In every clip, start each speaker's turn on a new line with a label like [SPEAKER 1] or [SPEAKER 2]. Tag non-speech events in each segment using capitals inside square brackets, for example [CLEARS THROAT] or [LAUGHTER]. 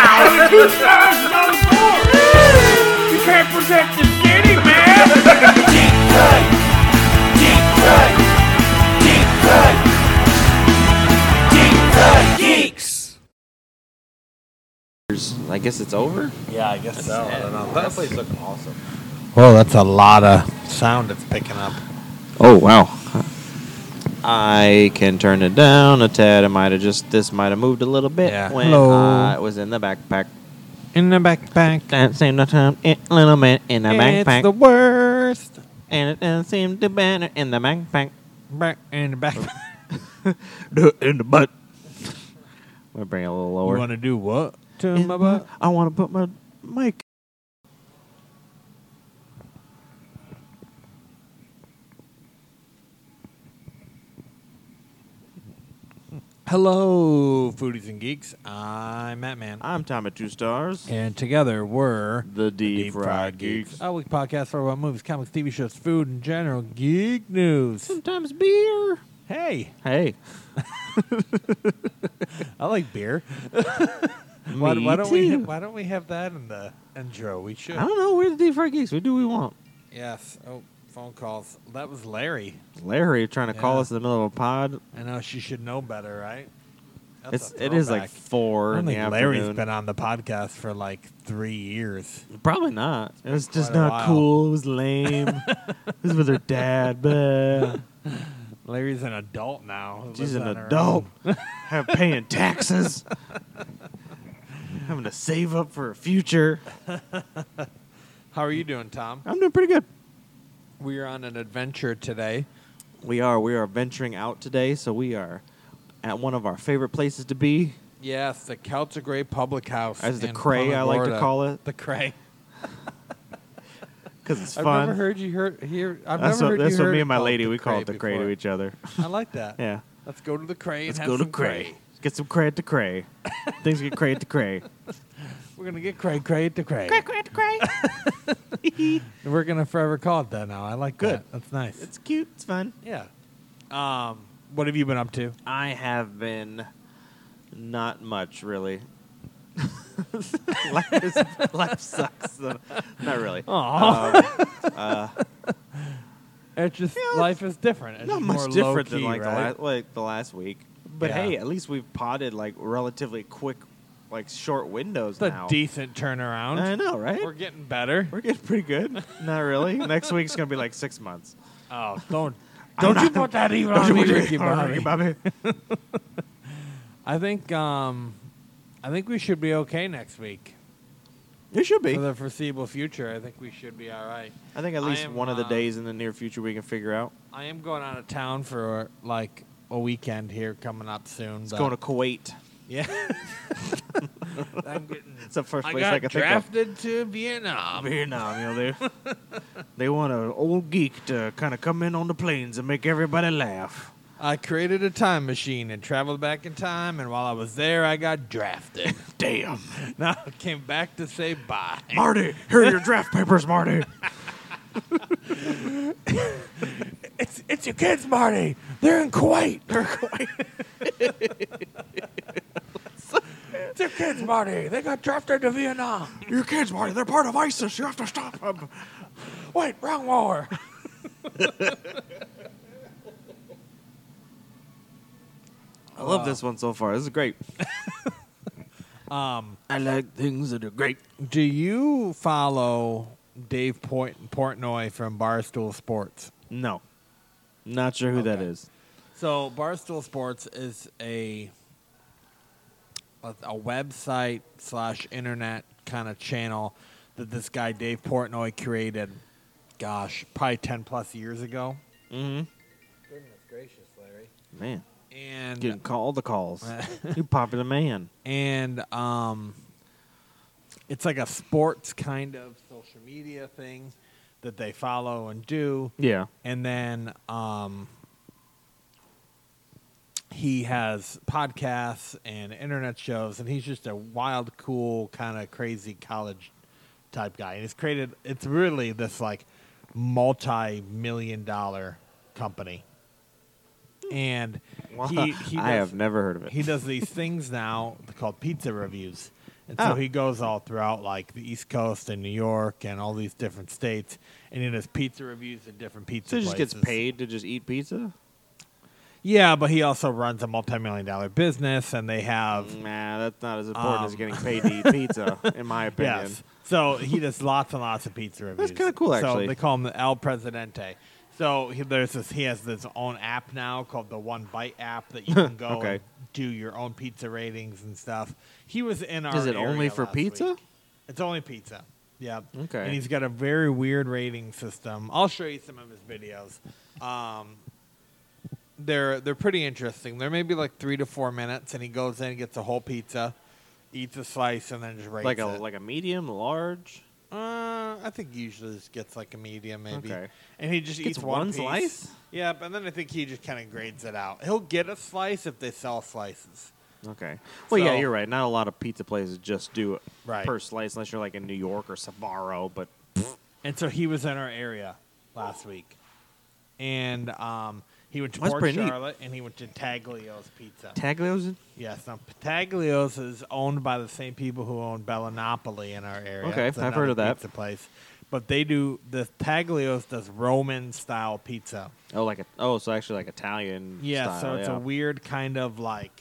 [SPEAKER 1] Two thousand on the board. You can't protect the city, man.
[SPEAKER 2] Deep cut. Deep cut. Deep cut. Deep cut geeks.
[SPEAKER 3] I guess it's over.
[SPEAKER 4] Yeah, I guess so. I don't know. That place looking awesome.
[SPEAKER 5] Well, that's a lot of sound it's picking up.
[SPEAKER 3] Oh wow. I can turn it down a tad. I might have just this might have moved a little bit
[SPEAKER 5] Yeah.
[SPEAKER 3] when
[SPEAKER 5] Hello.
[SPEAKER 3] I was in the backpack.
[SPEAKER 5] In the backpack.
[SPEAKER 3] That seemed to time a little bit in the backpack,
[SPEAKER 5] It's the worst.
[SPEAKER 3] and it doesn't seem to matter in the backpack.
[SPEAKER 5] Back in [LAUGHS] the backpack.
[SPEAKER 3] in the butt. We'll bring it a little
[SPEAKER 5] You
[SPEAKER 3] lower.
[SPEAKER 5] want to do what? To
[SPEAKER 3] In
[SPEAKER 5] my
[SPEAKER 3] my-
[SPEAKER 5] butt.
[SPEAKER 3] I want to put my mic.
[SPEAKER 5] Hello, foodies and geeks. I'm Matt Man.
[SPEAKER 3] I'm Tom at Two Stars.
[SPEAKER 5] And together we're
[SPEAKER 3] The Deep Fried Geeks.
[SPEAKER 5] a week podcast all about movies, comics, TV shows, food, and general geek news.
[SPEAKER 3] Sometimes beer.
[SPEAKER 5] Hey,
[SPEAKER 3] Hey,
[SPEAKER 5] I like beer. Why,
[SPEAKER 3] why,
[SPEAKER 5] why don't we? ha- Why don't we have that in the intro? We should.
[SPEAKER 3] I don't know. We're the Deep Fried Geeks. We do what we want.
[SPEAKER 5] Yes. Oh, phone calls. That was Larry.
[SPEAKER 3] Larry trying to call
[SPEAKER 5] Yeah.
[SPEAKER 3] us in the middle of a pod.
[SPEAKER 5] I know she should know better, right? That's
[SPEAKER 3] It's
[SPEAKER 5] a
[SPEAKER 3] it is like
[SPEAKER 5] throwback.
[SPEAKER 3] four
[SPEAKER 5] I
[SPEAKER 3] in
[SPEAKER 5] don't
[SPEAKER 3] the
[SPEAKER 5] think Larry's
[SPEAKER 3] afternoon.
[SPEAKER 5] been on the podcast for like three years.
[SPEAKER 3] Probably not. It was just
[SPEAKER 5] quite a
[SPEAKER 3] not
[SPEAKER 5] while.
[SPEAKER 3] cool. It was lame.
[SPEAKER 5] [LAUGHS]
[SPEAKER 3] it was with her dad. But
[SPEAKER 5] Larry's an adult now. who
[SPEAKER 3] she's
[SPEAKER 5] lives
[SPEAKER 3] an
[SPEAKER 5] on [LAUGHS] her
[SPEAKER 3] adult.
[SPEAKER 5] own.
[SPEAKER 3] Have paying taxes. Having to save up for a future.
[SPEAKER 5] How are you doing, Tom?
[SPEAKER 3] I'm doing pretty good.
[SPEAKER 5] We are on an adventure today.
[SPEAKER 3] We are. We are venturing out today, so we are at one of our favorite places to be.
[SPEAKER 5] Yes, the Celta Grey Public House.
[SPEAKER 3] As the
[SPEAKER 5] in
[SPEAKER 3] cray, I like to
[SPEAKER 5] Punagorda.
[SPEAKER 3] call it,
[SPEAKER 5] The Cray.
[SPEAKER 3] because it's
[SPEAKER 5] I've
[SPEAKER 3] fun.
[SPEAKER 5] never heard you heard here. I've
[SPEAKER 3] that's
[SPEAKER 5] never
[SPEAKER 3] what,
[SPEAKER 5] heard
[SPEAKER 3] that's
[SPEAKER 5] you
[SPEAKER 3] what
[SPEAKER 5] heard
[SPEAKER 3] me
[SPEAKER 5] it
[SPEAKER 3] and my
[SPEAKER 5] called
[SPEAKER 3] lady we call it the cray to
[SPEAKER 5] before.
[SPEAKER 3] each other. [LAUGHS]
[SPEAKER 5] I like that.
[SPEAKER 3] Yeah.
[SPEAKER 5] Let's go to the Cray.
[SPEAKER 3] Let's
[SPEAKER 5] and
[SPEAKER 3] go
[SPEAKER 5] have
[SPEAKER 3] to
[SPEAKER 5] some
[SPEAKER 3] cray. Let's get some cray at the
[SPEAKER 5] [LAUGHS]
[SPEAKER 3] cray. Things get cray at the cray.
[SPEAKER 5] We're gonna get Cray Cray to Cray.
[SPEAKER 3] cray at the cray.
[SPEAKER 5] And We're gonna forever call it that now. I like
[SPEAKER 3] Good.
[SPEAKER 5] that. That's nice.
[SPEAKER 3] [LAUGHS] It's cute. It's fun.
[SPEAKER 5] yeah. Um, what have you been up to?
[SPEAKER 3] I have been not much really. [LAUGHS] life, is, life sucks. So not really.
[SPEAKER 5] Aw.
[SPEAKER 3] Um, uh,
[SPEAKER 5] [LAUGHS] It's just
[SPEAKER 3] Yeah,
[SPEAKER 5] life is different. It's
[SPEAKER 3] not
[SPEAKER 5] just
[SPEAKER 3] much
[SPEAKER 5] more
[SPEAKER 3] different than
[SPEAKER 5] low-key,
[SPEAKER 3] like
[SPEAKER 5] right?
[SPEAKER 3] the la- like the last week. But
[SPEAKER 5] Yeah.
[SPEAKER 3] hey, at least we've potted like relatively quick, like short windows
[SPEAKER 5] It's a
[SPEAKER 3] now.
[SPEAKER 5] decent turnaround.
[SPEAKER 3] I know, right?
[SPEAKER 5] We're getting better.
[SPEAKER 3] We're getting pretty [LAUGHS] good. not really. Next week's gonna be like six months.
[SPEAKER 5] Oh, don't
[SPEAKER 3] I'm
[SPEAKER 5] don't you
[SPEAKER 3] not-
[SPEAKER 5] put that
[SPEAKER 3] [LAUGHS]
[SPEAKER 5] evil
[SPEAKER 3] Don't
[SPEAKER 5] on
[SPEAKER 3] you
[SPEAKER 5] me,
[SPEAKER 3] worry,
[SPEAKER 5] Ricky
[SPEAKER 3] don't worry,
[SPEAKER 5] Bobby.
[SPEAKER 3] Bobby.
[SPEAKER 5] I think um, I think we should be okay next week
[SPEAKER 3] It should be.
[SPEAKER 5] for the foreseeable future. I think we should be all right.
[SPEAKER 3] I think at
[SPEAKER 5] I
[SPEAKER 3] least
[SPEAKER 5] am,
[SPEAKER 3] one of the
[SPEAKER 5] uh,
[SPEAKER 3] days in the near future we can figure out.
[SPEAKER 5] I am going out of town for like a weekend here coming up soon.
[SPEAKER 3] It's going to Kuwait. [LAUGHS]
[SPEAKER 5] yeah. [LAUGHS] I'm getting.
[SPEAKER 3] It's the first
[SPEAKER 5] I
[SPEAKER 3] place
[SPEAKER 5] got
[SPEAKER 3] I, can think of.
[SPEAKER 5] drafted to Vietnam.
[SPEAKER 3] Vietnam, you know, they
[SPEAKER 5] [LAUGHS]
[SPEAKER 3] they want an old geek to kind of come in on the planes and make everybody laugh.
[SPEAKER 5] I created a time machine and traveled back in time, and while I was there, I got drafted. [LAUGHS]
[SPEAKER 3] Damn, [LAUGHS]
[SPEAKER 5] now I came back to say bye.
[SPEAKER 3] Marty, here are your draft papers,
[SPEAKER 5] [LAUGHS]
[SPEAKER 3] Marty. [LAUGHS]
[SPEAKER 5] It's, it's your kids, Marty. They're in Kuwait. it's your kids, Marty. They got drafted to Vietnam.
[SPEAKER 3] Your kids, Marty, they're part of ISIS. You have to stop them.
[SPEAKER 5] Wait, wrong war.
[SPEAKER 3] [LAUGHS] I love this one so far. This is great.
[SPEAKER 5] [LAUGHS] Um,
[SPEAKER 3] I like things that are great.
[SPEAKER 5] do you follow Dave Port- Portnoy from Barstool Sports?
[SPEAKER 3] No, not sure who that
[SPEAKER 5] Okay.
[SPEAKER 3] is.
[SPEAKER 5] So Barstool Sports is a a, a website slash internet kind of channel that this guy Dave Portnoy created. Gosh, probably ten plus years ago.
[SPEAKER 3] Mm-hmm.
[SPEAKER 5] Goodness gracious, Larry.
[SPEAKER 3] Man,
[SPEAKER 5] And
[SPEAKER 3] getting call all the calls.
[SPEAKER 5] [LAUGHS]
[SPEAKER 3] you popular man.
[SPEAKER 5] and um, it's like a sports kind of social media thing that they follow and do.
[SPEAKER 3] Yeah.
[SPEAKER 5] and then um, he has podcasts and internet shows, and he's just a wild, cool, kind of crazy college type guy. And he's created it's really this like multi-million dollar company, and he,
[SPEAKER 3] I
[SPEAKER 5] he does-
[SPEAKER 3] [LAUGHS] have never heard of it.
[SPEAKER 5] he does these things now called pizza reviews, And
[SPEAKER 3] Oh.
[SPEAKER 5] so he goes all throughout like the East Coast and New York and all these different states, and he does pizza reviews at different pizza.
[SPEAKER 3] So he just gets
[SPEAKER 5] places.
[SPEAKER 3] paid to just eat pizza?
[SPEAKER 5] Yeah, but he also runs a multi-million dollar business, and they have
[SPEAKER 3] Nah, that's not as important as
[SPEAKER 5] Um.
[SPEAKER 3] getting paid
[SPEAKER 5] [LAUGHS]
[SPEAKER 3] to eat pizza, in my opinion.
[SPEAKER 5] Yes. So he does lots and lots of pizza reviews.
[SPEAKER 3] kinda cool, actually.
[SPEAKER 5] So they call him the El Presidente. So he, there's this. He has his own app now called the One Bite app
[SPEAKER 3] [LAUGHS]
[SPEAKER 5] that you can go
[SPEAKER 3] Okay.
[SPEAKER 5] and do your own pizza ratings and stuff. He was in our.
[SPEAKER 3] Is it
[SPEAKER 5] area
[SPEAKER 3] only for
[SPEAKER 5] last week.
[SPEAKER 3] pizza?
[SPEAKER 5] It's only pizza. Yeah.
[SPEAKER 3] Okay.
[SPEAKER 5] And he's got a very weird rating system. I'll show you some of his videos. Um, they're they're pretty interesting. They're maybe like three to four minutes, and he goes in and gets a whole pizza, eats a slice, and then just rates
[SPEAKER 3] Like a
[SPEAKER 5] it.
[SPEAKER 3] like a medium, large.
[SPEAKER 5] Uh, I think usually just gets like a medium, maybe.
[SPEAKER 3] Okay.
[SPEAKER 5] And he just
[SPEAKER 3] Gets
[SPEAKER 5] eats one,
[SPEAKER 3] one
[SPEAKER 5] piece.
[SPEAKER 3] slice?
[SPEAKER 5] Yeah, but then I think he just kind of grades it out. He'll get a slice if they sell slices.
[SPEAKER 3] Okay. Well, yeah,
[SPEAKER 5] So-
[SPEAKER 3] you're right. Not a lot of pizza places just do it
[SPEAKER 5] Right.
[SPEAKER 3] per slice, unless you're like in New York or Sbarro. But
[SPEAKER 5] And so he was in our area last week, and um, he went to
[SPEAKER 3] That's
[SPEAKER 5] Port
[SPEAKER 3] pretty neat.
[SPEAKER 5] Charlotte and he went to Taglio's Pizza.
[SPEAKER 3] Taglios,
[SPEAKER 5] yes, now Taglio's is owned by the same people who own Bellinopoly in our area.
[SPEAKER 3] Okay,
[SPEAKER 5] It's
[SPEAKER 3] I've
[SPEAKER 5] another
[SPEAKER 3] heard of that.
[SPEAKER 5] pizza place. But they do the Taglio's does Roman style pizza.
[SPEAKER 3] oh, like a, oh, so actually like Italian.
[SPEAKER 5] Yeah,
[SPEAKER 3] style,
[SPEAKER 5] so it's a weird kind of like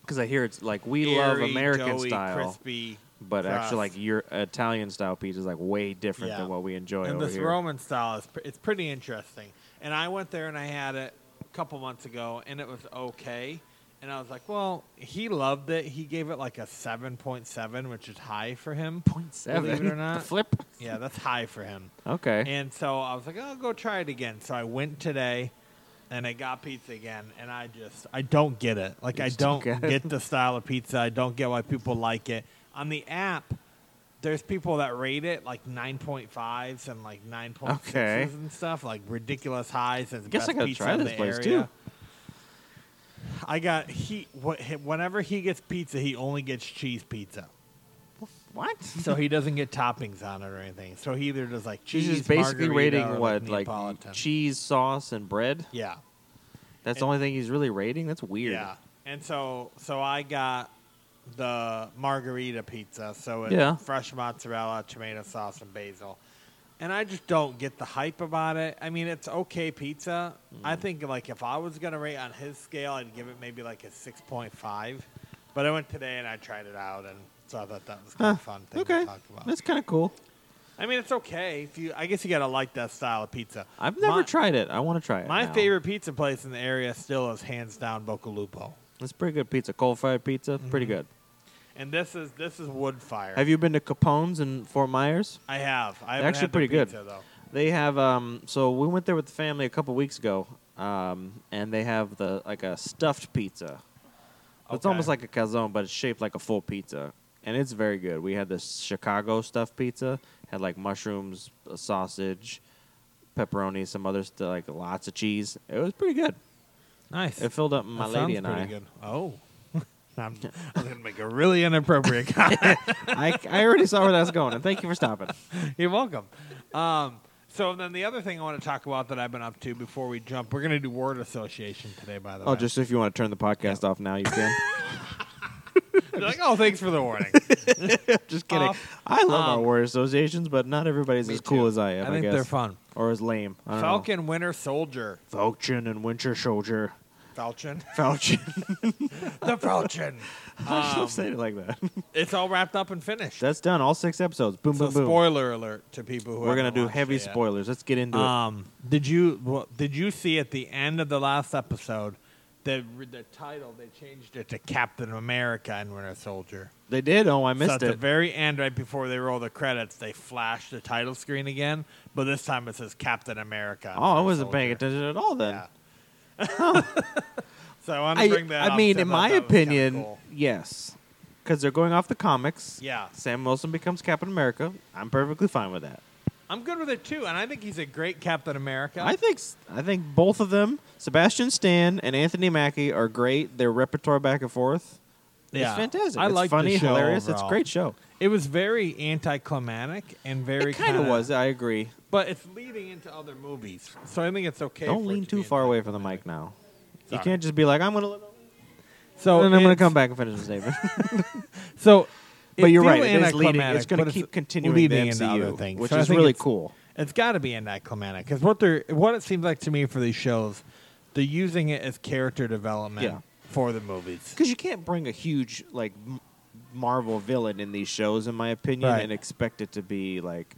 [SPEAKER 3] because I hear it's like we love
[SPEAKER 5] airy,
[SPEAKER 3] American
[SPEAKER 5] doughy,
[SPEAKER 3] style,
[SPEAKER 5] crispy,
[SPEAKER 3] but actually like
[SPEAKER 5] crust.
[SPEAKER 3] your Italian style pizza is like way different
[SPEAKER 5] Yeah.
[SPEAKER 3] than what we enjoy
[SPEAKER 5] and
[SPEAKER 3] over
[SPEAKER 5] this
[SPEAKER 3] here.
[SPEAKER 5] Roman style is pr- it's pretty interesting. And I went there and I had it a couple months ago, and it was okay. And I was like, well, he loved it. He gave it like a seven point seven, which is high for him. Point
[SPEAKER 3] Seven.
[SPEAKER 5] believe
[SPEAKER 3] [LAUGHS]
[SPEAKER 5] it or
[SPEAKER 3] The
[SPEAKER 5] not.
[SPEAKER 3] flip.
[SPEAKER 5] yeah, that's high for him.
[SPEAKER 3] Okay.
[SPEAKER 5] And so I was like, I'll go try it again. So I went today, and I got pizza again, and I just I don't get it. Like
[SPEAKER 3] You
[SPEAKER 5] I
[SPEAKER 3] just don't
[SPEAKER 5] don't
[SPEAKER 3] get it? [LAUGHS]
[SPEAKER 5] get the style of pizza. I don't get why people like it. On the app, there's people that rate it like 9.5s and like 9.6s
[SPEAKER 3] Okay.
[SPEAKER 5] and stuff, like ridiculous highs as
[SPEAKER 3] Guess I
[SPEAKER 5] best
[SPEAKER 3] gotta
[SPEAKER 5] pizza
[SPEAKER 3] try
[SPEAKER 5] in
[SPEAKER 3] this
[SPEAKER 5] the
[SPEAKER 3] place,
[SPEAKER 5] area.
[SPEAKER 3] too.
[SPEAKER 5] I got he what he- whenever he gets pizza, he only gets cheese pizza.
[SPEAKER 3] what?
[SPEAKER 5] So he doesn't get toppings on it or anything. So he either does like cheese,
[SPEAKER 3] She's just basically
[SPEAKER 5] margarita,
[SPEAKER 3] rating
[SPEAKER 5] or,
[SPEAKER 3] what like
[SPEAKER 5] Neapolitan.
[SPEAKER 3] cheese, sauce, and bread.
[SPEAKER 5] Yeah,
[SPEAKER 3] That's the only thing he's really rating. That's weird.
[SPEAKER 5] yeah. And so, so I got the margarita pizza. So it's
[SPEAKER 3] Yeah.
[SPEAKER 5] fresh mozzarella, tomato sauce, and basil. And I just don't get the hype about it. I mean, it's okay pizza.
[SPEAKER 3] Mm.
[SPEAKER 5] I think like if I was gonna rate on his scale, I'd give it maybe like a six point five. But I went today and I tried it out, and so I thought that was kind
[SPEAKER 3] Huh.
[SPEAKER 5] of a fun thing
[SPEAKER 3] Okay.
[SPEAKER 5] to talk about.
[SPEAKER 3] That's kind of cool.
[SPEAKER 5] I mean, it's okay if you. I guess you gotta like that style of pizza.
[SPEAKER 3] I've never
[SPEAKER 5] My-
[SPEAKER 3] tried it. I want to try it.
[SPEAKER 5] My
[SPEAKER 3] now.
[SPEAKER 5] favorite pizza place in the area still is hands down Boca Lupo.
[SPEAKER 3] It's pretty good pizza. Cold fried pizza. Pretty
[SPEAKER 5] Mm-hmm.
[SPEAKER 3] good.
[SPEAKER 5] And this is this is wood fire.
[SPEAKER 3] Have you been to Capone's in Fort Myers?
[SPEAKER 5] I have.
[SPEAKER 3] They're
[SPEAKER 5] I haven't
[SPEAKER 3] actually
[SPEAKER 5] had the
[SPEAKER 3] pretty good.
[SPEAKER 5] pizza, though.
[SPEAKER 3] They have um so we went there with the family a couple weeks ago. Um and they have the like a stuffed pizza. It's
[SPEAKER 5] Okay.
[SPEAKER 3] almost like a calzone but it's shaped like a full pizza. And it's very good. We had this Chicago stuffed pizza, had like mushrooms, a sausage, pepperoni, some other stuff like lots of cheese. It was pretty good.
[SPEAKER 5] Nice.
[SPEAKER 3] It filled up my
[SPEAKER 5] That sounds
[SPEAKER 3] lady and
[SPEAKER 5] pretty
[SPEAKER 3] I.
[SPEAKER 5] Good. Oh.
[SPEAKER 3] [LAUGHS]
[SPEAKER 5] [LAUGHS] I'm, I'm gonna make a really inappropriate [LAUGHS] comment.
[SPEAKER 3] I I already saw where that was going and thank you for stopping.
[SPEAKER 5] You're welcome. Um, so then the other thing I want to talk about that I've been up to before we jump, we're gonna do word association today. By
[SPEAKER 3] [LAUGHS]
[SPEAKER 5] the
[SPEAKER 3] Oh,
[SPEAKER 5] way,
[SPEAKER 3] just if you want to turn the podcast off now, you can.
[SPEAKER 5] You're like oh, thanks for the warning.
[SPEAKER 3] [LAUGHS] Just kidding.
[SPEAKER 5] Off.
[SPEAKER 3] I love our
[SPEAKER 5] Um,
[SPEAKER 3] word associations, but not everybody's
[SPEAKER 5] Me
[SPEAKER 3] as cool
[SPEAKER 5] too.
[SPEAKER 3] as I am. I,
[SPEAKER 5] think
[SPEAKER 3] guess.
[SPEAKER 5] they're fun.
[SPEAKER 3] or as lame. I don't
[SPEAKER 5] Falcon Winter Soldier.
[SPEAKER 3] Know. Falcon and Winter Soldier.
[SPEAKER 5] Falcon.
[SPEAKER 3] Falcon. [LAUGHS]
[SPEAKER 5] the Falcon.
[SPEAKER 3] I
[SPEAKER 5] Um,
[SPEAKER 3] just love saying it like that. [LAUGHS]
[SPEAKER 5] It's all wrapped up and finished.
[SPEAKER 3] That's done. All six episodes. Boom,
[SPEAKER 5] so
[SPEAKER 3] boom, boom.
[SPEAKER 5] spoiler alert to people who
[SPEAKER 3] We're gonna
[SPEAKER 5] haven't
[SPEAKER 3] do
[SPEAKER 5] watched
[SPEAKER 3] heavy
[SPEAKER 5] it yet.
[SPEAKER 3] spoilers. Let's get into
[SPEAKER 5] Um, did you well, did you see at the end of the last episode the the title they changed it to Captain America and Winter Soldier?
[SPEAKER 3] it. They did. Oh, I
[SPEAKER 5] so
[SPEAKER 3] missed
[SPEAKER 5] at the
[SPEAKER 3] it.
[SPEAKER 5] very end, right before they roll the credits, they flash the title screen again, but this time it says Captain America. and
[SPEAKER 3] Oh, I
[SPEAKER 5] Winter
[SPEAKER 3] wasn't paying
[SPEAKER 5] Soldier.
[SPEAKER 3] attention at all then.
[SPEAKER 5] Yeah. so I want to
[SPEAKER 3] I,
[SPEAKER 5] bring that.
[SPEAKER 3] I
[SPEAKER 5] up
[SPEAKER 3] mean,
[SPEAKER 5] 'cause
[SPEAKER 3] in
[SPEAKER 5] thought
[SPEAKER 3] my
[SPEAKER 5] that was kinda
[SPEAKER 3] opinion,
[SPEAKER 5] cool.
[SPEAKER 3] yes, because they're going off the comics.
[SPEAKER 5] Yeah.
[SPEAKER 3] Sam Wilson becomes Captain America. I'm perfectly fine with that.
[SPEAKER 5] I'm good with it too, and I think he's a great Captain America.
[SPEAKER 3] I think I think both of them, Sebastian Stan and Anthony Mackie, are great. Their repertoire back and forth.
[SPEAKER 5] Yeah.
[SPEAKER 3] It's fantastic.
[SPEAKER 5] I
[SPEAKER 3] it's
[SPEAKER 5] like the
[SPEAKER 3] funny,
[SPEAKER 5] show
[SPEAKER 3] hilarious. It's a
[SPEAKER 5] overall.
[SPEAKER 3] great show.
[SPEAKER 5] it was very anticlimactic and very
[SPEAKER 3] it kind of
[SPEAKER 5] kinda-
[SPEAKER 3] was. I agree.
[SPEAKER 5] But it's leading into other movies, so I think it's okay.
[SPEAKER 3] Don't
[SPEAKER 5] for it
[SPEAKER 3] lean
[SPEAKER 5] to
[SPEAKER 3] too
[SPEAKER 5] be
[SPEAKER 3] far
[SPEAKER 5] in-
[SPEAKER 3] away from the mic now. You
[SPEAKER 5] Sorry. [LAUGHS]
[SPEAKER 3] can't just be like, I'm gonna look,
[SPEAKER 5] So
[SPEAKER 3] and I'm gonna
[SPEAKER 5] it's-
[SPEAKER 3] come back and finish the statement.
[SPEAKER 5] So
[SPEAKER 3] But you're
[SPEAKER 5] feel
[SPEAKER 3] right. It is leading.
[SPEAKER 5] anticlimactic,
[SPEAKER 3] It's going to
[SPEAKER 5] but
[SPEAKER 3] keep continuing
[SPEAKER 5] leading
[SPEAKER 3] the
[SPEAKER 5] into
[SPEAKER 3] MCU,
[SPEAKER 5] other things.
[SPEAKER 3] which
[SPEAKER 5] So I
[SPEAKER 3] is
[SPEAKER 5] think
[SPEAKER 3] really
[SPEAKER 5] it's-
[SPEAKER 3] cool.
[SPEAKER 5] It's got to be anticlimactic because what they're what it seems like to me for these shows, they're using it as character development
[SPEAKER 3] Yeah.
[SPEAKER 5] for the movies.
[SPEAKER 3] Because you can't bring a huge like M- Marvel villain in these shows, in my opinion,
[SPEAKER 5] Right.
[SPEAKER 3] and expect it to be like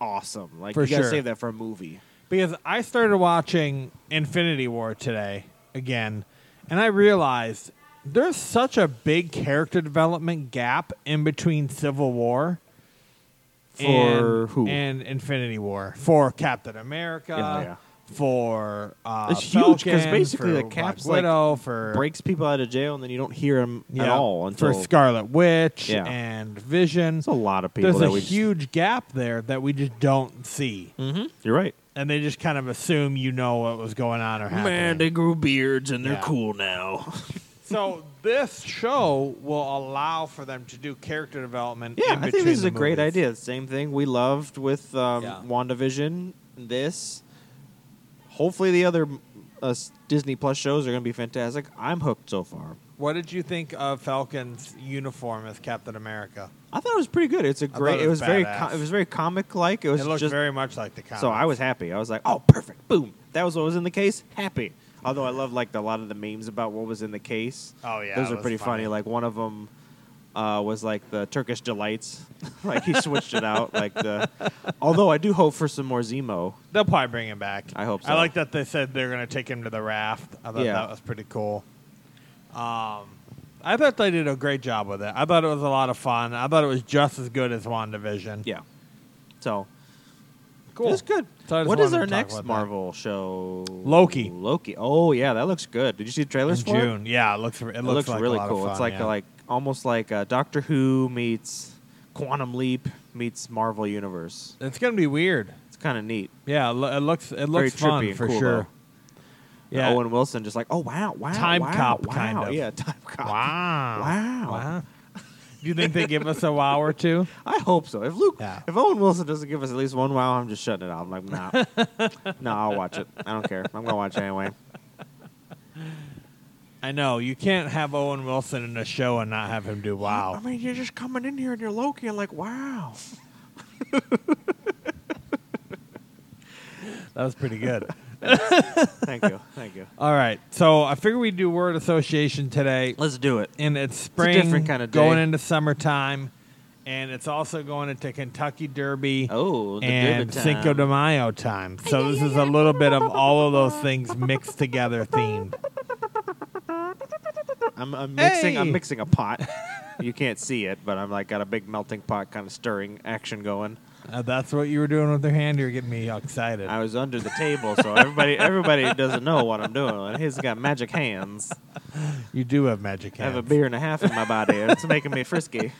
[SPEAKER 3] awesome. Like
[SPEAKER 5] For
[SPEAKER 3] you gotta
[SPEAKER 5] sure.
[SPEAKER 3] save that for a movie.
[SPEAKER 5] Because I started watching Infinity War today again, and I realized there's such a big character development gap in between Civil War
[SPEAKER 3] For
[SPEAKER 5] and,
[SPEAKER 3] who?
[SPEAKER 5] and Infinity War for Captain America.
[SPEAKER 3] Yeah, yeah.
[SPEAKER 5] For uh,
[SPEAKER 3] It's huge 'cause
[SPEAKER 5] Falcon,
[SPEAKER 3] basically
[SPEAKER 5] for
[SPEAKER 3] the
[SPEAKER 5] Black
[SPEAKER 3] Cap's, like,
[SPEAKER 5] Widow, for
[SPEAKER 3] Breaks people out of jail, and then you don't hear him at
[SPEAKER 5] Yeah,
[SPEAKER 3] all until
[SPEAKER 5] for Scarlet Witch
[SPEAKER 3] Yeah.
[SPEAKER 5] and Vision.
[SPEAKER 3] It's a lot of people
[SPEAKER 5] There's
[SPEAKER 3] that
[SPEAKER 5] a
[SPEAKER 3] we
[SPEAKER 5] huge gap there that we just don't see,
[SPEAKER 3] Just, you're right.
[SPEAKER 5] and they just kind of assume you know what was going on or happening.
[SPEAKER 3] grew beards and
[SPEAKER 5] they're Yeah.
[SPEAKER 3] cool now. [LAUGHS]
[SPEAKER 5] so this show will allow for them to do character development.
[SPEAKER 3] Yeah,
[SPEAKER 5] in
[SPEAKER 3] I think
[SPEAKER 5] between
[SPEAKER 3] this is
[SPEAKER 5] the
[SPEAKER 3] a great
[SPEAKER 5] movies.
[SPEAKER 3] idea. Same thing we loved with um,
[SPEAKER 5] Yeah.
[SPEAKER 3] WandaVision. This, hopefully, the other uh, s- Disney Plus shows are going to be fantastic. I'm hooked so far.
[SPEAKER 5] What did you think of Falcon's uniform as Captain America?
[SPEAKER 3] I thought it was pretty good. It's a
[SPEAKER 5] thought
[SPEAKER 3] great.
[SPEAKER 5] it
[SPEAKER 3] It
[SPEAKER 5] was
[SPEAKER 3] was very.
[SPEAKER 5] badass.
[SPEAKER 3] Com- it was very comic like. It
[SPEAKER 5] It
[SPEAKER 3] was
[SPEAKER 5] looked
[SPEAKER 3] just.
[SPEAKER 5] very much like the comic.
[SPEAKER 3] so I was happy. I was like, oh, perfect. Boom. That was what was in the case. Happy. Although I love like a lot of the memes about what was in the case.
[SPEAKER 5] Oh, yeah,
[SPEAKER 3] those
[SPEAKER 5] it
[SPEAKER 3] are
[SPEAKER 5] was
[SPEAKER 3] pretty
[SPEAKER 5] funny.
[SPEAKER 3] Like one of them uh, was like the Turkish delights. [LAUGHS] like he switched it out. Like the. Although I do hope for some more Zemo.
[SPEAKER 5] They'll probably bring him back.
[SPEAKER 3] I hope
[SPEAKER 5] I
[SPEAKER 3] so.
[SPEAKER 5] like that they said they're going to take him to the raft. I thought
[SPEAKER 3] Yeah.
[SPEAKER 5] that was pretty cool. Um, I thought they did a great job with it. I thought it was a lot of fun. I thought it was just as good as WandaVision.
[SPEAKER 3] Yeah. So
[SPEAKER 5] cool.
[SPEAKER 3] it's good.
[SPEAKER 5] So I just
[SPEAKER 3] what is
[SPEAKER 5] wanted
[SPEAKER 3] our
[SPEAKER 5] to talk
[SPEAKER 3] next
[SPEAKER 5] about that.
[SPEAKER 3] Marvel show?
[SPEAKER 5] Loki.
[SPEAKER 3] Loki. Oh yeah, that looks good. Did you see the
[SPEAKER 5] In
[SPEAKER 3] trailers for it?
[SPEAKER 5] June. Yeah, it looks. It,
[SPEAKER 3] It looks,
[SPEAKER 5] like
[SPEAKER 3] really
[SPEAKER 5] a lot
[SPEAKER 3] cool.
[SPEAKER 5] Of fun,
[SPEAKER 3] it's like
[SPEAKER 5] yeah.
[SPEAKER 3] like almost like uh, Doctor Who meets Quantum Leap meets Marvel Universe.
[SPEAKER 5] It's going to be weird.
[SPEAKER 3] It's kind of neat.
[SPEAKER 5] Yeah, it lo- it looks. It
[SPEAKER 3] Very
[SPEAKER 5] looks
[SPEAKER 3] trippy
[SPEAKER 5] fun
[SPEAKER 3] and
[SPEAKER 5] for
[SPEAKER 3] cool,
[SPEAKER 5] sure.
[SPEAKER 3] though. And
[SPEAKER 5] Yeah.
[SPEAKER 3] Owen Wilson just like, oh wow, wow,
[SPEAKER 5] Time
[SPEAKER 3] wow,
[SPEAKER 5] cop,
[SPEAKER 3] wow.
[SPEAKER 5] kind of.
[SPEAKER 3] Yeah, time cop. [LAUGHS]
[SPEAKER 5] Wow. [LAUGHS]
[SPEAKER 3] Wow.
[SPEAKER 5] Do you think they give us a wow or two?
[SPEAKER 3] I hope so. If Luke,
[SPEAKER 5] Yeah.
[SPEAKER 3] if Owen Wilson doesn't give us at least one wow, I'm just shutting it out. I'm like, nah,
[SPEAKER 5] [LAUGHS]
[SPEAKER 3] no, I'll watch it. I don't care. I'm gonna watch it anyway.
[SPEAKER 5] [LAUGHS] I know you can't have Owen Wilson in a show and not have him do wow. [LAUGHS]
[SPEAKER 3] I mean, you're just coming in here and you're Loki and like, wow.
[SPEAKER 5] That was pretty good.
[SPEAKER 3] Thank you, thank you.
[SPEAKER 5] All right, so I figure we do word association today,
[SPEAKER 3] Let's do it.
[SPEAKER 5] and it's spring,
[SPEAKER 3] different kinda day.
[SPEAKER 5] going into summertime, and it's also going into Kentucky Derby
[SPEAKER 3] Oh, the
[SPEAKER 5] and
[SPEAKER 3] David
[SPEAKER 5] Cinco
[SPEAKER 3] time.
[SPEAKER 5] de Mayo time. So this is a little bit of all of those things mixed together, themed.
[SPEAKER 3] I'm, I'm mixing.
[SPEAKER 5] Hey!
[SPEAKER 3] I'm mixing a pot. you can't see it, but I'm like got a big melting pot kind of stirring action going.
[SPEAKER 5] Uh, that's what you were doing with your hand. You're getting me excited.
[SPEAKER 3] I was under the table, so everybody everybody doesn't know what I'm doing. He's got magic hands.
[SPEAKER 5] You do have magic
[SPEAKER 3] I have
[SPEAKER 5] hands.
[SPEAKER 3] a beer and a half in my body. and It's making me frisky.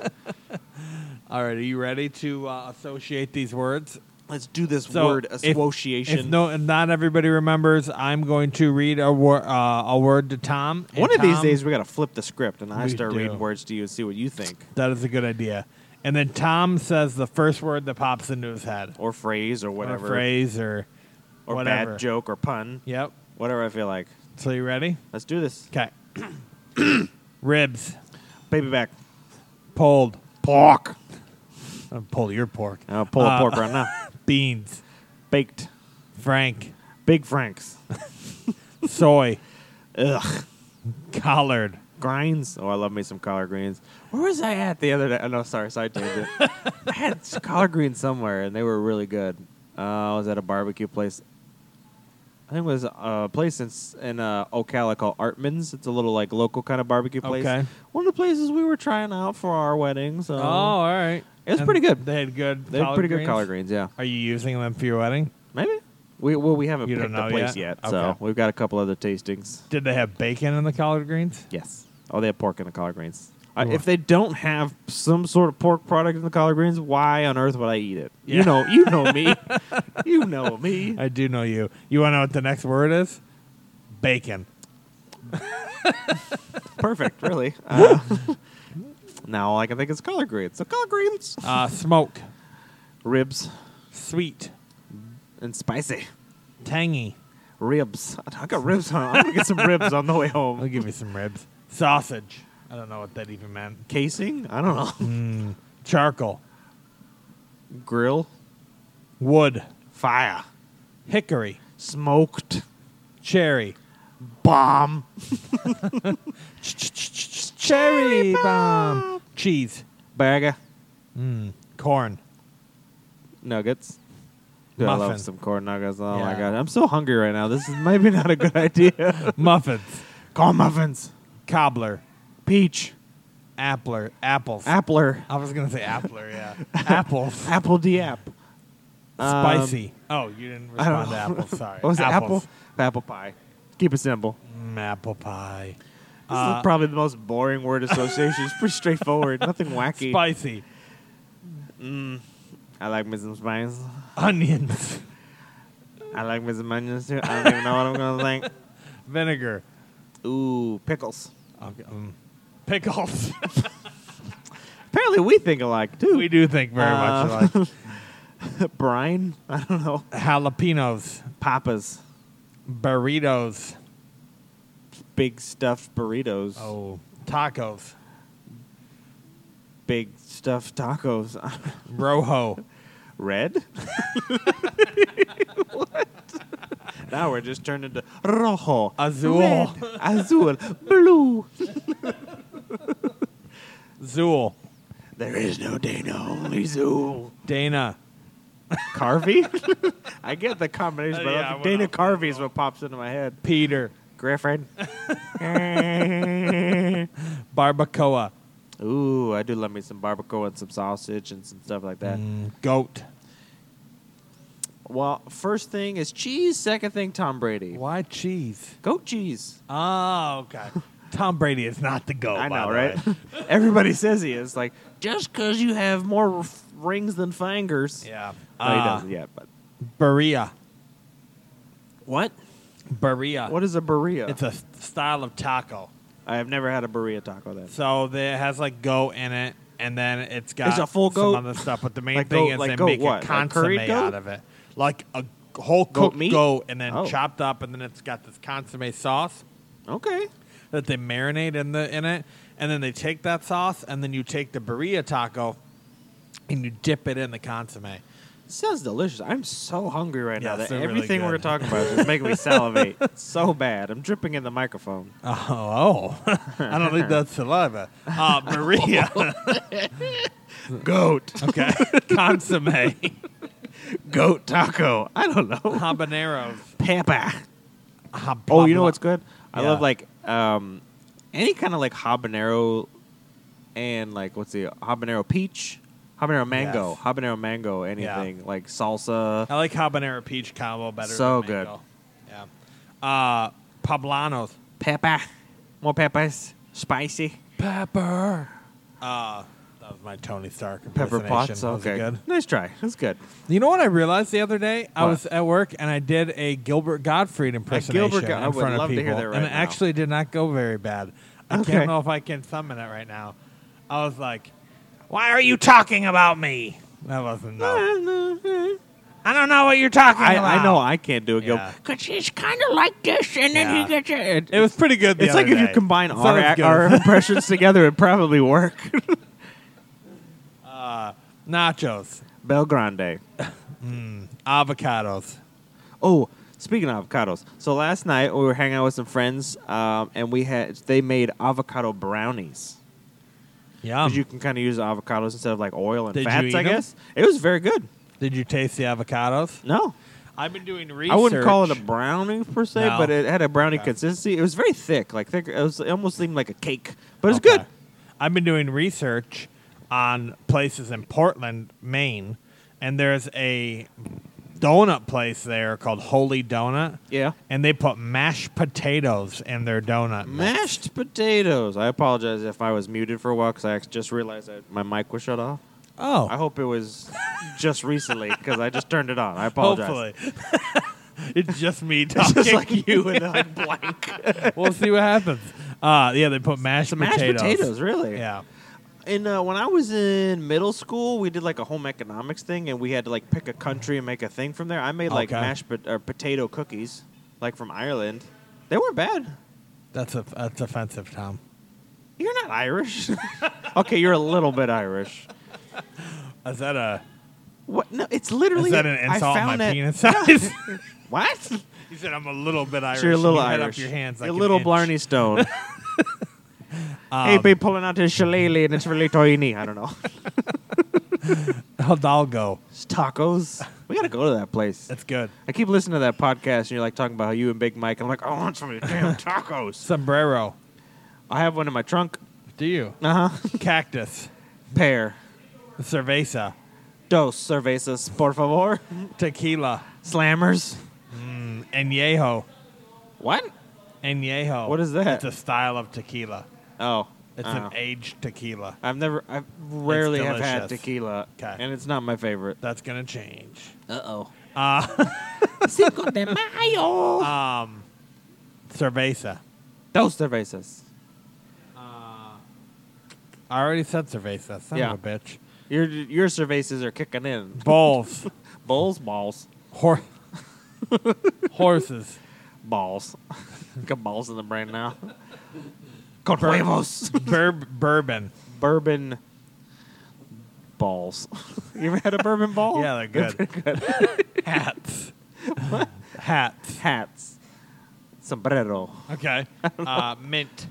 [SPEAKER 5] All right, are you ready to uh, associate these words?
[SPEAKER 3] Let's do this
[SPEAKER 5] So
[SPEAKER 3] word
[SPEAKER 5] if-
[SPEAKER 3] association.
[SPEAKER 5] If no, not everybody remembers, I'm going to read a, wor- uh, a word to Tom. and
[SPEAKER 3] One of these
[SPEAKER 5] Tom-
[SPEAKER 3] days we gotta flip the script, and I
[SPEAKER 5] We
[SPEAKER 3] start
[SPEAKER 5] do.
[SPEAKER 3] reading words to you and see what you think,
[SPEAKER 5] That is a good idea. And then Tom says the first word that pops into his head,
[SPEAKER 3] or phrase, or whatever,
[SPEAKER 5] or phrase, or
[SPEAKER 3] or
[SPEAKER 5] whatever.
[SPEAKER 3] bad joke, or pun,
[SPEAKER 5] Yep.
[SPEAKER 3] whatever I feel like.
[SPEAKER 5] So you ready?
[SPEAKER 3] Let's do this. [CLEARS THROAT]
[SPEAKER 5] Okay. Ribs,
[SPEAKER 3] Baby back.
[SPEAKER 5] pulled.
[SPEAKER 3] Pork.
[SPEAKER 5] I'll pull your pork.
[SPEAKER 3] I'll pull
[SPEAKER 5] Uh,
[SPEAKER 3] a pork right
[SPEAKER 5] [LAUGHS]
[SPEAKER 3] now.
[SPEAKER 5] Beans,
[SPEAKER 3] Baked.
[SPEAKER 5] Frank,
[SPEAKER 3] Big Franks. [LAUGHS]
[SPEAKER 5] soy,
[SPEAKER 3] Ugh.
[SPEAKER 5] collard,
[SPEAKER 3] Grinds. Oh, I love me some collard greens. Where was I at the other day? Oh, no, sorry, side tangent. I had some collard greens somewhere, and they were really good. Uh, I was at a barbecue place. I think it was a place in, s- in uh, Ocala called Artman's. It's a little like local kind of barbecue place.
[SPEAKER 5] Okay.
[SPEAKER 3] One of the places we were trying out for our wedding. So
[SPEAKER 5] Oh, all right.
[SPEAKER 3] It was pretty good.
[SPEAKER 5] They had good.
[SPEAKER 3] they had
[SPEAKER 5] collard
[SPEAKER 3] pretty good
[SPEAKER 5] greens?
[SPEAKER 3] collard greens. Yeah,
[SPEAKER 5] Are you using them for your wedding?
[SPEAKER 3] maybe. We well we haven't
[SPEAKER 5] You don't
[SPEAKER 3] picked a
[SPEAKER 5] know
[SPEAKER 3] place
[SPEAKER 5] yet?
[SPEAKER 3] yet,
[SPEAKER 5] Okay.
[SPEAKER 3] so we've got a couple other tastings.
[SPEAKER 5] Did they have bacon in the collard greens?
[SPEAKER 3] Yes. Oh, they have pork in the collard greens. I,
[SPEAKER 5] Ooh.
[SPEAKER 3] if they don't have some sort of pork product in the collard greens, why on earth would I eat it?
[SPEAKER 5] Yeah.
[SPEAKER 3] You know, you know
[SPEAKER 5] [LAUGHS]
[SPEAKER 3] me. you know me.
[SPEAKER 5] I do know you. You want to know what the next word is?
[SPEAKER 3] [LAUGHS]
[SPEAKER 5] Bacon.
[SPEAKER 3] Perfect,
[SPEAKER 5] [LAUGHS]
[SPEAKER 3] really. Uh, now all I can think is collard greens. So collard greens,
[SPEAKER 5] Uh, smoke.
[SPEAKER 3] ribs,
[SPEAKER 5] Sweet.
[SPEAKER 3] and spicy
[SPEAKER 5] Tangy.
[SPEAKER 3] ribs. I got ribs. On. I'm gonna get some ribs on the way
[SPEAKER 5] I'll [LAUGHS]
[SPEAKER 3] home.
[SPEAKER 5] give you some ribs. Sausage. I don't know what that even meant.
[SPEAKER 3] Casing? I don't
[SPEAKER 5] Mm-hmm.
[SPEAKER 3] know.
[SPEAKER 5] Charcoal,
[SPEAKER 3] Grill?
[SPEAKER 5] wood,
[SPEAKER 3] Fire.
[SPEAKER 5] hickory,
[SPEAKER 3] Smoked.
[SPEAKER 5] cherry, [LAUGHS]
[SPEAKER 3] Bomb.
[SPEAKER 5] cherry bomb, cheese,
[SPEAKER 3] Burger.
[SPEAKER 5] corn.
[SPEAKER 3] Nuggets. Dude, I
[SPEAKER 5] Muffin.
[SPEAKER 3] love some corn nuggets. Oh my
[SPEAKER 5] Yeah.
[SPEAKER 3] god. I'm so hungry right now. This is maybe not a good [LAUGHS] idea.
[SPEAKER 5] muffins,
[SPEAKER 3] corn muffins.
[SPEAKER 5] cobbler,
[SPEAKER 3] Peach.
[SPEAKER 5] appler, apples.
[SPEAKER 3] Appler.
[SPEAKER 5] I was gonna say appler, [LAUGHS] yeah. Apples,
[SPEAKER 3] Apple D app.
[SPEAKER 5] spicy. Oh, you didn't
[SPEAKER 3] Um, I don't
[SPEAKER 5] respond to
[SPEAKER 3] know.
[SPEAKER 5] apples.
[SPEAKER 3] [LAUGHS]
[SPEAKER 5] Sorry.
[SPEAKER 3] What was it? Apple?
[SPEAKER 5] Apples.
[SPEAKER 3] Apple pie. Keep it simple.
[SPEAKER 5] Mm, apple pie.
[SPEAKER 3] This
[SPEAKER 5] Uh,
[SPEAKER 3] is probably the most boring word association. it's pretty
[SPEAKER 5] [LAUGHS]
[SPEAKER 3] straightforward. Nothing wacky.
[SPEAKER 5] Spicy.
[SPEAKER 3] I like me some spice.
[SPEAKER 5] Onions. [LAUGHS]
[SPEAKER 3] I like me some onions too. I don't even know what I'm gonna think.
[SPEAKER 5] Vinegar.
[SPEAKER 3] Ooh, pickles.
[SPEAKER 5] Okay, mm. Pickles. [LAUGHS]
[SPEAKER 3] Apparently, we think alike too.
[SPEAKER 5] we do think very
[SPEAKER 3] Uh,
[SPEAKER 5] much alike.
[SPEAKER 3] Brine. I don't know.
[SPEAKER 5] Jalapenos.
[SPEAKER 3] Papas.
[SPEAKER 5] Burritos.
[SPEAKER 3] Big stuffed burritos.
[SPEAKER 5] Oh. Tacos.
[SPEAKER 3] Big stuffed tacos. [LAUGHS]
[SPEAKER 5] Rojo.
[SPEAKER 3] Red? [LAUGHS] What? Now we're just turned into rojo,
[SPEAKER 5] Azul.
[SPEAKER 3] red, azul, blue.
[SPEAKER 5] Zool.
[SPEAKER 3] There is no Dana, only Zool.
[SPEAKER 5] Dana.
[SPEAKER 3] Carvey? [LAUGHS] I get the combination,
[SPEAKER 5] Uh,
[SPEAKER 3] but I
[SPEAKER 5] yeah,
[SPEAKER 3] don't
[SPEAKER 5] I
[SPEAKER 3] think Dana
[SPEAKER 5] went
[SPEAKER 3] Carvey is what pops into my head.
[SPEAKER 5] Peter.
[SPEAKER 3] Griffin.
[SPEAKER 5] Barbacoa.
[SPEAKER 3] Ooh, I do love me some barbacoa and some sausage and some stuff like that.
[SPEAKER 5] Mm. Goat.
[SPEAKER 3] Well, first thing is cheese. Second thing, Tom Brady.
[SPEAKER 5] Why cheese?
[SPEAKER 3] Goat cheese.
[SPEAKER 5] Oh, okay. [LAUGHS] Tom Brady is not the goat.
[SPEAKER 3] I
[SPEAKER 5] by
[SPEAKER 3] know,
[SPEAKER 5] the
[SPEAKER 3] right?
[SPEAKER 5] way.
[SPEAKER 3] [LAUGHS] Everybody says he is. Like, just because you have more f- rings than fingers.
[SPEAKER 5] Yeah.
[SPEAKER 3] No, he
[SPEAKER 5] Uh,
[SPEAKER 3] doesn't yet, but.
[SPEAKER 5] Berea.
[SPEAKER 3] What?
[SPEAKER 5] Berea.
[SPEAKER 3] What is a burrito?
[SPEAKER 5] It's a s- style of taco.
[SPEAKER 3] I have never had a burrito taco then.
[SPEAKER 5] So there- it has like goat in it, and then it's got
[SPEAKER 3] It's a full
[SPEAKER 5] some
[SPEAKER 3] goat?
[SPEAKER 5] other stuff. But the main
[SPEAKER 3] Like
[SPEAKER 5] thing
[SPEAKER 3] goat-
[SPEAKER 5] is
[SPEAKER 3] like
[SPEAKER 5] they
[SPEAKER 3] goat
[SPEAKER 5] make
[SPEAKER 3] what?
[SPEAKER 5] a
[SPEAKER 3] Like curried
[SPEAKER 5] consomme
[SPEAKER 3] goat?
[SPEAKER 5] out of it, like a g- whole
[SPEAKER 3] Goat
[SPEAKER 5] cooked
[SPEAKER 3] meat?
[SPEAKER 5] goat, and then
[SPEAKER 3] Oh.
[SPEAKER 5] chopped up, and then it's got this consomme sauce
[SPEAKER 3] Okay.
[SPEAKER 5] that they marinate in the in it, and then they take that sauce, and then you take the burrito taco, and you dip it in the consomme.
[SPEAKER 3] sounds delicious. I'm so hungry right
[SPEAKER 5] Yeah,
[SPEAKER 3] now that
[SPEAKER 5] it's really
[SPEAKER 3] everything we're
[SPEAKER 5] good.
[SPEAKER 3] talking about is just making [LAUGHS] me salivate so bad. I'm dripping in the microphone.
[SPEAKER 5] Oh, oh. [LAUGHS] I don't think that's saliva. Uh, burrito,
[SPEAKER 3] Goat.
[SPEAKER 5] okay, consomme,
[SPEAKER 3] Goat taco. I don't know. [LAUGHS]
[SPEAKER 5] habaneros.
[SPEAKER 3] Papa.
[SPEAKER 5] Ah,
[SPEAKER 3] Oh,
[SPEAKER 5] blah,
[SPEAKER 3] you know
[SPEAKER 5] blah.
[SPEAKER 3] what's good? I
[SPEAKER 5] Yeah.
[SPEAKER 3] love like um, any kind of like habanero and like what's the habanero peach, habanero mango,
[SPEAKER 5] Yes.
[SPEAKER 3] habanero mango, anything like salsa.
[SPEAKER 5] I like habanero peach combo better.
[SPEAKER 3] So
[SPEAKER 5] than mango. good. Yeah. Uh, poblanos.
[SPEAKER 3] Pepper, more peppers, spicy.
[SPEAKER 5] Pepper. Uh, that was my Tony Stark.
[SPEAKER 3] Pepper
[SPEAKER 5] impersonation.
[SPEAKER 3] pots.
[SPEAKER 5] Was it
[SPEAKER 3] Okay,
[SPEAKER 5] good?
[SPEAKER 3] nice try. That's good.
[SPEAKER 5] You know what I realized the other day? I
[SPEAKER 3] What?
[SPEAKER 5] was at work and I did a Gilbert Gottfried impersonation
[SPEAKER 3] Gilbert Go-
[SPEAKER 5] in
[SPEAKER 3] I would
[SPEAKER 5] front of
[SPEAKER 3] love to hear
[SPEAKER 5] people,
[SPEAKER 3] that right
[SPEAKER 5] and it
[SPEAKER 3] now.
[SPEAKER 5] actually did not go very bad. I
[SPEAKER 3] Okay.
[SPEAKER 5] can't know if I can summon it right now. I was like, "Why are you talking about me?" That wasn't. No. Oh. I don't know what you're talking
[SPEAKER 3] Eh. I,
[SPEAKER 5] about.
[SPEAKER 3] I know I can't do a Gilbert.
[SPEAKER 5] Yeah.
[SPEAKER 1] Cause she's kind of like this, and then
[SPEAKER 5] Yeah.
[SPEAKER 1] you get your.
[SPEAKER 5] It was pretty good. the
[SPEAKER 3] It's like
[SPEAKER 5] other
[SPEAKER 3] if you
[SPEAKER 5] day.
[SPEAKER 3] combine
[SPEAKER 5] It
[SPEAKER 3] our,
[SPEAKER 5] sounds good. [LAUGHS]
[SPEAKER 3] our [LAUGHS] impressions together, it'd probably work. [LAUGHS]
[SPEAKER 5] nachos,
[SPEAKER 3] Bel Grande.
[SPEAKER 5] avocados.
[SPEAKER 3] Oh, speaking of avocados, so last night we were hanging out with some friends, um, and we had they made avocado brownies.
[SPEAKER 5] Yum.
[SPEAKER 3] 'Cause you can kind of use avocados instead of like oil and
[SPEAKER 5] Um. Did you
[SPEAKER 3] fats.
[SPEAKER 5] eat
[SPEAKER 3] I
[SPEAKER 5] 'em?
[SPEAKER 3] guess it was very good.
[SPEAKER 5] Did you taste the avocados?
[SPEAKER 3] No,
[SPEAKER 5] I've been doing research.
[SPEAKER 3] I wouldn't call it a brownie per se,
[SPEAKER 5] No.
[SPEAKER 3] but it had a brownie
[SPEAKER 5] Okay.
[SPEAKER 3] consistency. It was very thick, like thick. It, was, it almost seemed like a cake, but it's
[SPEAKER 5] Okay.
[SPEAKER 3] good.
[SPEAKER 5] I've been doing research on places in Portland, Maine, and there's a donut place there called Holy Donut,
[SPEAKER 3] Yeah,
[SPEAKER 5] and they put mashed potatoes in their donut. mix.
[SPEAKER 3] mashed potatoes. I apologize if I was muted for a while because I ac- just realized that my mic was shut off.
[SPEAKER 5] Oh,
[SPEAKER 3] I hope it was just recently because I just turned it on. I apologize.
[SPEAKER 5] hopefully. [LAUGHS] it's just
[SPEAKER 3] [LAUGHS]
[SPEAKER 5] me
[SPEAKER 3] It's
[SPEAKER 5] talking.
[SPEAKER 3] just like you and I [LAUGHS] blank.
[SPEAKER 5] [LAUGHS] we'll see what happens. Uh, yeah, they put mashed
[SPEAKER 3] Mashed
[SPEAKER 5] potatoes.
[SPEAKER 3] potatoes, really.
[SPEAKER 5] Yeah.
[SPEAKER 3] And uh, when I was in middle school, we did like a home economics thing, and we had to like pick a country and make a thing from there. I made like
[SPEAKER 5] Okay.
[SPEAKER 3] mashed pot- or potato cookies, like from Ireland. They weren't bad.
[SPEAKER 5] That's a, that's offensive, Tom.
[SPEAKER 3] You're not Irish. [LAUGHS] okay, you're a little bit Irish.
[SPEAKER 5] Is that a
[SPEAKER 3] What? No, it's literally.
[SPEAKER 5] is that an
[SPEAKER 3] I
[SPEAKER 5] insult?
[SPEAKER 3] found
[SPEAKER 5] My
[SPEAKER 3] that- [LAUGHS]
[SPEAKER 5] penis size. [LAUGHS]
[SPEAKER 3] What?
[SPEAKER 5] he said, "I'm a little bit
[SPEAKER 3] [LAUGHS]
[SPEAKER 5] Irish."
[SPEAKER 3] So you're a little
[SPEAKER 5] You had
[SPEAKER 3] Irish.
[SPEAKER 5] Up your hands like
[SPEAKER 3] you're a
[SPEAKER 5] an
[SPEAKER 3] little
[SPEAKER 5] inch. Um,
[SPEAKER 3] Blarney
[SPEAKER 5] [LAUGHS]
[SPEAKER 3] Stone. [LAUGHS] he be pulling out his shillelagh and it's really tiny. I don't know.
[SPEAKER 5] Hidalgo.
[SPEAKER 3] It's tacos. We gotta go to that place.
[SPEAKER 5] That's good.
[SPEAKER 3] I keep listening to that podcast, and you're like talking about how you and Big Mike. I'm like, I want some of the [LAUGHS] damn tacos.
[SPEAKER 5] Sombrero.
[SPEAKER 3] I have one in my trunk.
[SPEAKER 5] Do you?
[SPEAKER 3] Uh huh.
[SPEAKER 5] [LAUGHS] Cactus.
[SPEAKER 3] [LAUGHS] Pear.
[SPEAKER 5] Cerveza.
[SPEAKER 3] Dos cervezas, por favor.
[SPEAKER 5] Tequila.
[SPEAKER 3] Slammers.
[SPEAKER 5] Añejo.
[SPEAKER 3] What?
[SPEAKER 5] Añejo.
[SPEAKER 3] What is that?
[SPEAKER 5] It's a style of tequila.
[SPEAKER 3] Oh,
[SPEAKER 5] It's
[SPEAKER 3] I don't
[SPEAKER 5] an
[SPEAKER 3] know.
[SPEAKER 5] aged tequila.
[SPEAKER 3] I've never, I rarely have had
[SPEAKER 5] delicious.
[SPEAKER 3] tequila,
[SPEAKER 5] 'Kay.
[SPEAKER 3] and it's not my favorite.
[SPEAKER 5] That's gonna change.
[SPEAKER 3] Uh-oh.
[SPEAKER 5] Uh,
[SPEAKER 3] Cinco de [LAUGHS] Mayo.
[SPEAKER 5] um, cerveza.
[SPEAKER 3] Uh, Dos cervezas.
[SPEAKER 5] I already said cerveza. Son
[SPEAKER 3] Yeah.
[SPEAKER 5] of a bitch.
[SPEAKER 3] Your your cervezas are kicking in.
[SPEAKER 5] Bowls.
[SPEAKER 3] Bulls, balls,
[SPEAKER 5] Hor- horses.
[SPEAKER 3] balls. [LAUGHS] Got balls in the brain now. Con huevos.
[SPEAKER 5] Bur- bourbon.
[SPEAKER 3] bourbon balls. [LAUGHS] you ever had a bourbon ball?
[SPEAKER 5] Yeah, they're good. [LAUGHS] Hats. Hats.
[SPEAKER 3] Hats. Sombrero.
[SPEAKER 5] Okay. Uh, mint.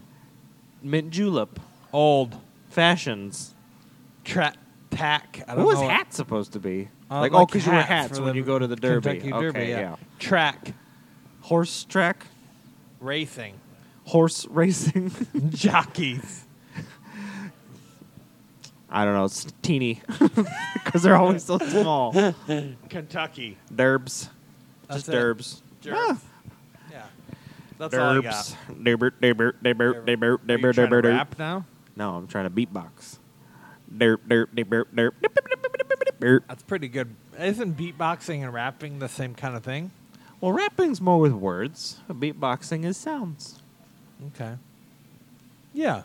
[SPEAKER 3] Mint julep.
[SPEAKER 5] Old.
[SPEAKER 3] Fashions.
[SPEAKER 5] Tra- tack. I don't
[SPEAKER 3] What was
[SPEAKER 5] know
[SPEAKER 3] hat supposed to be?
[SPEAKER 5] Uh,
[SPEAKER 3] like, oh, because you wear
[SPEAKER 5] hats
[SPEAKER 3] hats
[SPEAKER 5] for
[SPEAKER 3] when
[SPEAKER 5] the
[SPEAKER 3] you go to the derby.
[SPEAKER 5] Kentucky
[SPEAKER 3] okay,
[SPEAKER 5] Derby,
[SPEAKER 3] yeah.
[SPEAKER 5] Track.
[SPEAKER 3] Horse track.
[SPEAKER 5] Racing. [LAUGHS]
[SPEAKER 3] Horse [LAUGHS] racing.
[SPEAKER 5] Jockeys.
[SPEAKER 3] I don't know. It's teeny. [LAUGHS] Because they're always so small.
[SPEAKER 5] Kentucky.
[SPEAKER 3] Derbs.
[SPEAKER 5] That's
[SPEAKER 3] Just
[SPEAKER 5] it.
[SPEAKER 3] derbs. Ah.
[SPEAKER 5] Jerks. Yeah. That's all I
[SPEAKER 3] Derbs.
[SPEAKER 5] got.
[SPEAKER 3] Derbert, derbert, derbert, derbert,
[SPEAKER 5] Are you
[SPEAKER 3] derbert,
[SPEAKER 5] trying to
[SPEAKER 3] derbert, derp.
[SPEAKER 5] rap now?
[SPEAKER 3] No, I'm trying to beatbox. Derp, derp, derp, derp, derp, derp, derp, derp, derp, derp, derp.
[SPEAKER 5] That's pretty good. Isn't beatboxing and rapping the same kind of thing?
[SPEAKER 3] Well, rapping's more with words. Beatboxing is sounds.
[SPEAKER 5] Okay. Yeah.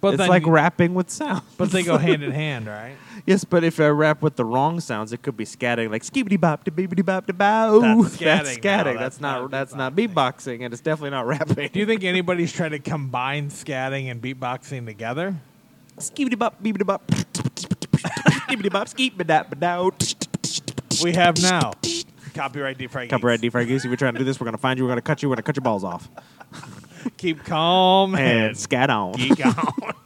[SPEAKER 5] But
[SPEAKER 3] it's
[SPEAKER 5] then
[SPEAKER 3] like
[SPEAKER 5] you-
[SPEAKER 3] rapping with sounds.
[SPEAKER 5] But
[SPEAKER 3] [LAUGHS]
[SPEAKER 5] they go hand in hand, right?
[SPEAKER 3] yes, but if I rap with the wrong sounds, it could be scatting, like skibbity bop to bibbity bop to bow. That's
[SPEAKER 5] That's scatting, though.
[SPEAKER 3] scatting.
[SPEAKER 5] That's
[SPEAKER 3] That's not.
[SPEAKER 5] not
[SPEAKER 3] That's not beatboxing, and it's definitely not rapping.
[SPEAKER 5] Do you think anybody's tried to combine scatting and beatboxing together?
[SPEAKER 3] Skibbity bop, bibbity bop, bibbity bop, skibbity bow.
[SPEAKER 5] We have now. Copyright defrag.
[SPEAKER 3] Copyright D. Fergus, if you're trying to do this, we're gonna find you. We're gonna cut you. We're gonna cut your balls off
[SPEAKER 5] Keep calm
[SPEAKER 3] and
[SPEAKER 5] and
[SPEAKER 3] scat on.
[SPEAKER 5] [LAUGHS] geek out.